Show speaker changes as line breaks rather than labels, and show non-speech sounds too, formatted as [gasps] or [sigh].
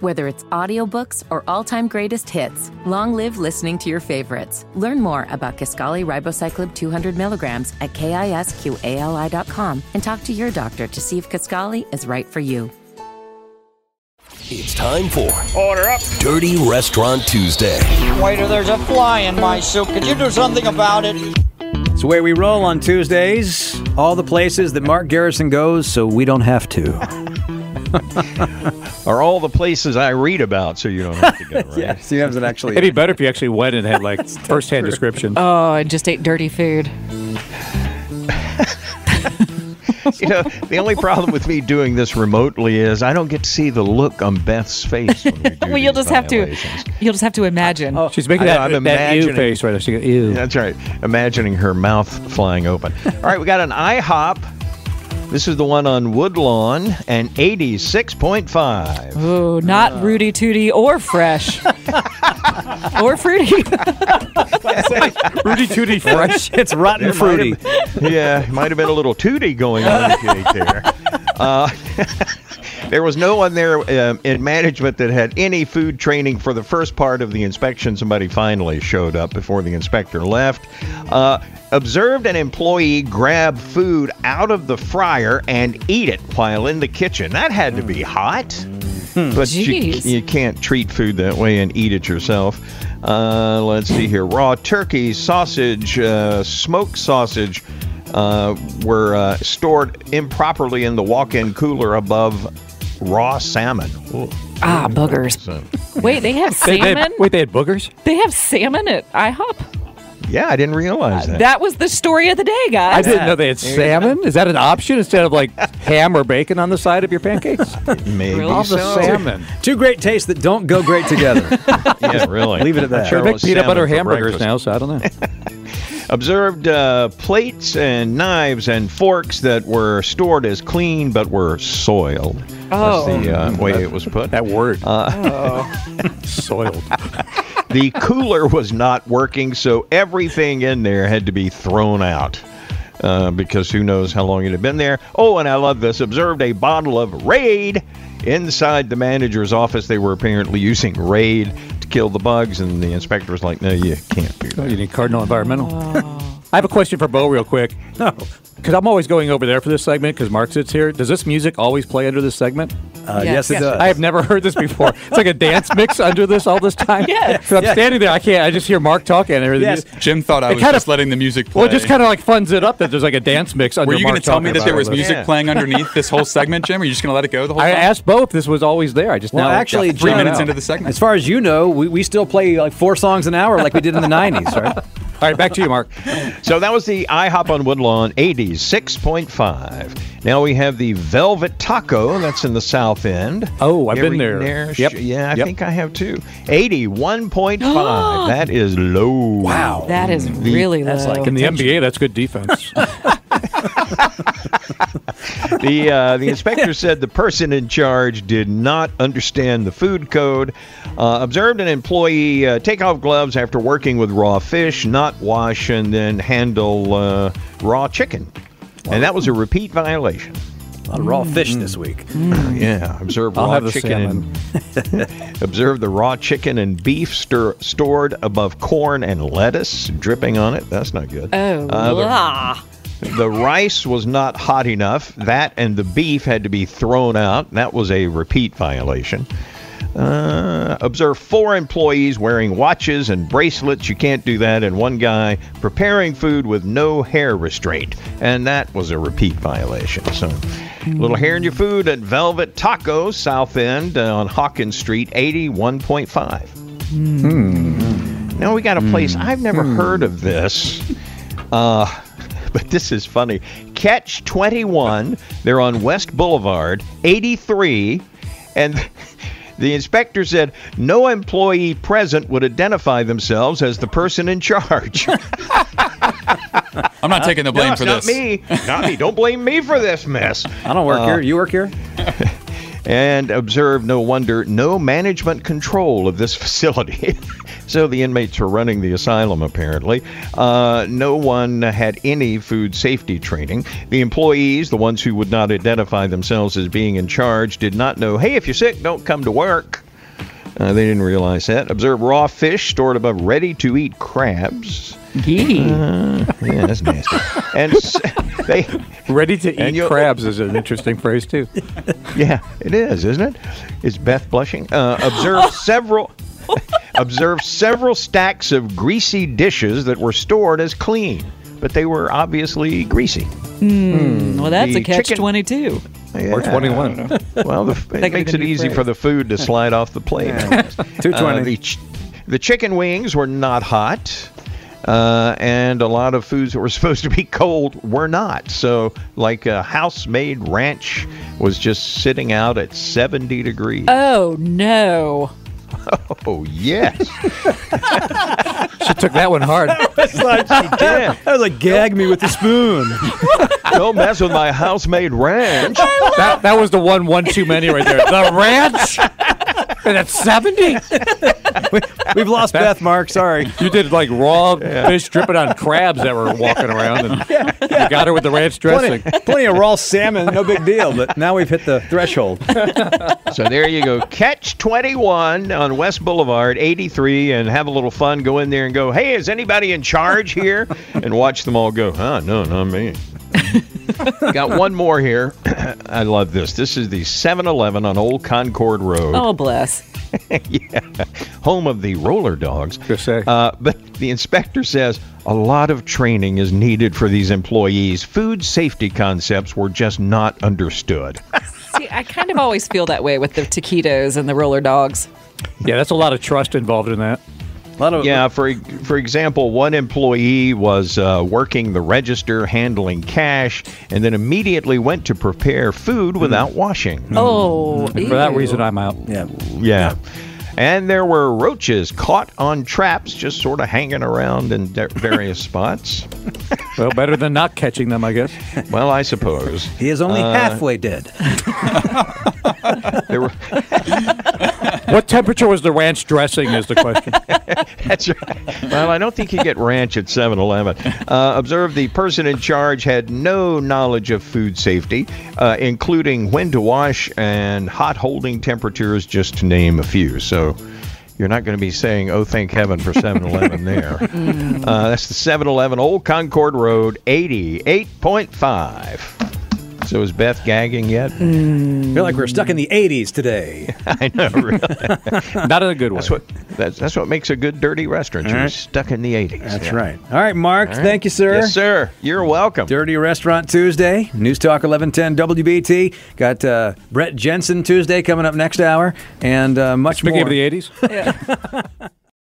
Whether it's audiobooks or all-time greatest hits, long live listening to your favorites. Learn more about Kaskali Ribocyclib 200 milligrams at kisqali.com and talk to your doctor to see if Kaskali is right for you.
It's time for
Order up.
Dirty Restaurant Tuesday.
Waiter, there's a fly in my soup. Could you do something about it?
It's the way we roll on Tuesdays. All the places that Mark Garrison goes, so we don't have
[laughs]
to.
Are all the places I read about, so you don't have
[laughs]
to go, right?
so you haven't actually.
It'd be better if you actually went
[laughs]
and had like first-hand description.
Oh, I just ate dirty food.
You know, the only problem with me doing this remotely is I don't get to see the look on Beth's face. When we do
[laughs] Well, you'll
these
just have to.
violations.
You'll just have to imagine.
She's making
I know,
that,
I'm
that ew
imagining-
face right there. She goes, ew.
That's right. Imagining her mouth flying
[laughs]
open. All right, we got an IHOP. This is the one on Woodlawn and 86.5.
Oh, not Rudy Tooty or fresh [laughs] or fruity.
[laughs]
Rudy Tooty fresh.
it's rotten
There might
fruity.
have- yeah, might have been a little tooty going on if you ate there. Uh, [laughs] there was no one there um, in management that had any food training for the first part of the inspection. Somebody finally showed up before the inspector left. Uh, observed an employee grab food out of the fryer and eat it while in the kitchen. That had to be hot. But you,
Jeez.
you can't treat food that way and eat it yourself. Uh, let's see here. Raw turkey, sausage, uh, smoked sausage uh, were uh, stored improperly in the walk in cooler above raw [laughs] salmon. Ooh,
ah, boogers.
so-
Wait, they have
They- they-
salmon.
wait, they had boogers?
They have salmon at IHOP.
yeah, I didn't realize that.
That was the story of the day,
I
guys.
didn't know they had salmon. Is that an option instead
[laughs]
of like ham or bacon on the side of your pancakes?
Maybe
Really?
All
so.
the salmon.
Two great tastes that don't go great together.
[laughs] Yeah, really.
Leave it at that.
Sure
They make
was
peanut
salmon
butter
for
hamburgers
breakfast.
now, so I
[laughs]
don't know.
Observed uh, plates and knives and forks that were stored as clean but were soiled.
Oh.
That's the uh, way it was put.
That word. Uh,
Oh.
[laughs] Soiled.
the cooler was not working, so everything in there had to be thrown out. Uh, because who knows how long it had been there. Oh, and I love this. Observed a bottle of Raid inside the manager's office. They were apparently using Raid to kill the bugs, and the inspector was like, "No, you can't do
Oh,
that."
you need Cardinal Environmental.
Oh.
I have a question for Bo, real quick. No. [laughs] Because I'm always going over there for this segment because Mark sits here. Does this music always play under this segment?
Uh, yes.
Yes.
it does.
I have never heard this before. It's like a dance mix under this all this time.
Yes.
So I'm standing there. I can't. I just hear Mark talking. And everything.
Yes.
Jim thought I
It
was
kinda-
just letting the music play.
Well, it just kind of like funs it up that there's like a dance mix under
Were you going to
Mark
tell me
talking
that there
about
was
all this.
music
Yeah.
playing underneath this whole segment, Jim? Are you just going to let it go the whole
I
time?
asked both. This was always there. I just
Well,
now
actually,
Three
John,
minutes into the segment.
As far as you know, we, we still play like four songs an hour like we did in the 90s, right?
All right, back to you, Mark.
So that was the IHOP on Woodlawn, 86.5. Now we have the Velvet Taco. That's in the South End.
Oh, I've
Ever
been
eaten
there.
Yep.
Yep.
Yeah, I
Yep.
think I have too.
[gasps]
81.5. that is low. Wow.
That is really low.
In the NBA, that's good defense.
the uh, the inspector said the person in charge did not understand the food code. Uh, observed an employee uh, take off gloves after working with raw fish, not wash, and then handle uh, raw chicken, and that was a repeat violation.
A lot of raw fish this week.
Yeah, observe
I'll
raw
have the
chicken. And, [laughs] observe the raw chicken and beef stir, stored above corn and lettuce dripping on it. That's not good.
Oh,
Uh, the-
blah.
The rice was not hot enough. That and the beef had to be thrown out. That was a repeat violation. Uh, observe four employees wearing watches and bracelets. You can't do that. And one guy preparing food with no hair restraint. And that was a repeat violation. So, a little hair in your food at Velvet Taco, South End uh, on Hawkins Street, 81.5. Now we got a place I've never heard of this. Uh, [laughs] but this is funny. Catch 21. They're on West Boulevard, 83. And [laughs] the inspector said no employee present would identify themselves as the person in charge.
I'm
Uh,
not taking the blame
No, it's [laughs]
for
not
this.
me. Not me. Don't blame me for this mess.
I don't work
Uh,
here. You work here?
And observe, no wonder, no management control of this [laughs] facility. so the inmates were running the asylum, apparently. Uh, no one had any food safety training. The employees, the ones who would not identify themselves as being in charge, did not know hey, if you're sick, don't come to work. Uh, they didn't realize that. Observe raw fish stored above ready to eat crabs.
Gee.
Um,
Yeah, that's nasty. and s- [laughs] they,
Ready to
And
eat
you'll-
crabs is an interesting phrase too.
yeah, it is, isn't it? Is Beth blushing? Uh, observe several. observe several stacks of greasy dishes that were stored as clean, but they were obviously greasy.
Well, that's
The
a catch
chicken-
22.
Yeah.
Or twenty-one.
Well, the, it
could've
makes it
been
easy
rephrased.
for the food to slide off the plate.
Two
Uh,
twenty.
the, ch- the chicken wings were not hot, uh, and a lot of foods that were [laughs] supposed to be cold were not. So, like a house-made ranch was just sitting out at 70 degrees.
Oh, no.
oh yes,
she took that one hard.
[laughs] yeah.
I was like, gag me with the spoon. [laughs]
don't mess with my house-made ranch.
That, that was the one one too many right there. The ranch. And at seventy,
We've lost Beth, Mark. Sorry.
you did like
[laughs]
raw fish dripping on crabs that were walking around, and you got her with the ranch
Plenty,
dressing.
plenty of raw salmon, no big deal. But now we've hit the threshold.
[laughs] So there you go. Catch 21 on West Boulevard, 83, and have a little fun. Go in there and go, hey, is anybody in charge [laughs] here? And watch them all go, huh? No, not me. [laughs] Got one more here. [clears throat] I love this. This is the 7 Eleven on Old Concord Road,
Oh, bless.
home of the roller dogs.
Just say.
Uh, but the inspector says a lot of training is needed for these employees. Food safety concepts were just not understood.
See, I kind of always feel that way with the taquitos and the roller dogs.
Mm. Yeah, that's a lot of trust involved in that.
A lot of
Yeah, for for example, one employee was uh, working the register, handling cash, and then immediately went to prepare food without washing.
Oh,
For that reason, I'm out.
yeah.
Yeah. And there were roaches caught on traps, just sort of hanging around in de- various spots.
Well, better than not catching them, I guess.
Well, I suppose
He is only
Uh,
halfway dead.
there were.
What temperature was the ranch dressing? Is
[laughs]
the question.
That's right. Well, I don't think you get ranch at 7 Eleven. Uh, observe the person in charge had no knowledge of food safety, uh, including when to wash and hot holding temperatures, just to name a few. So. You're not going to be saying, oh, thank heaven for 7 Eleven there. Uh, that's the 7 Eleven Old Concord Road, 88.5. So is Beth gagging yet?
I feel like we're stuck in the 80s today.
[laughs] I know, really.
Not in a good way.
That's what, that's, that's what makes a good dirty restaurant. You're stuck in the 80s.
That's
Yeah.
right. All right, Mark. Thank you, sir.
Yes, sir. You're welcome.
Dirty Restaurant Tuesday, News Talk 1110 WBT. Got uh, Brett Jensen Tuesday coming up next hour, and uh, much
Speaking
more.
of the '80s,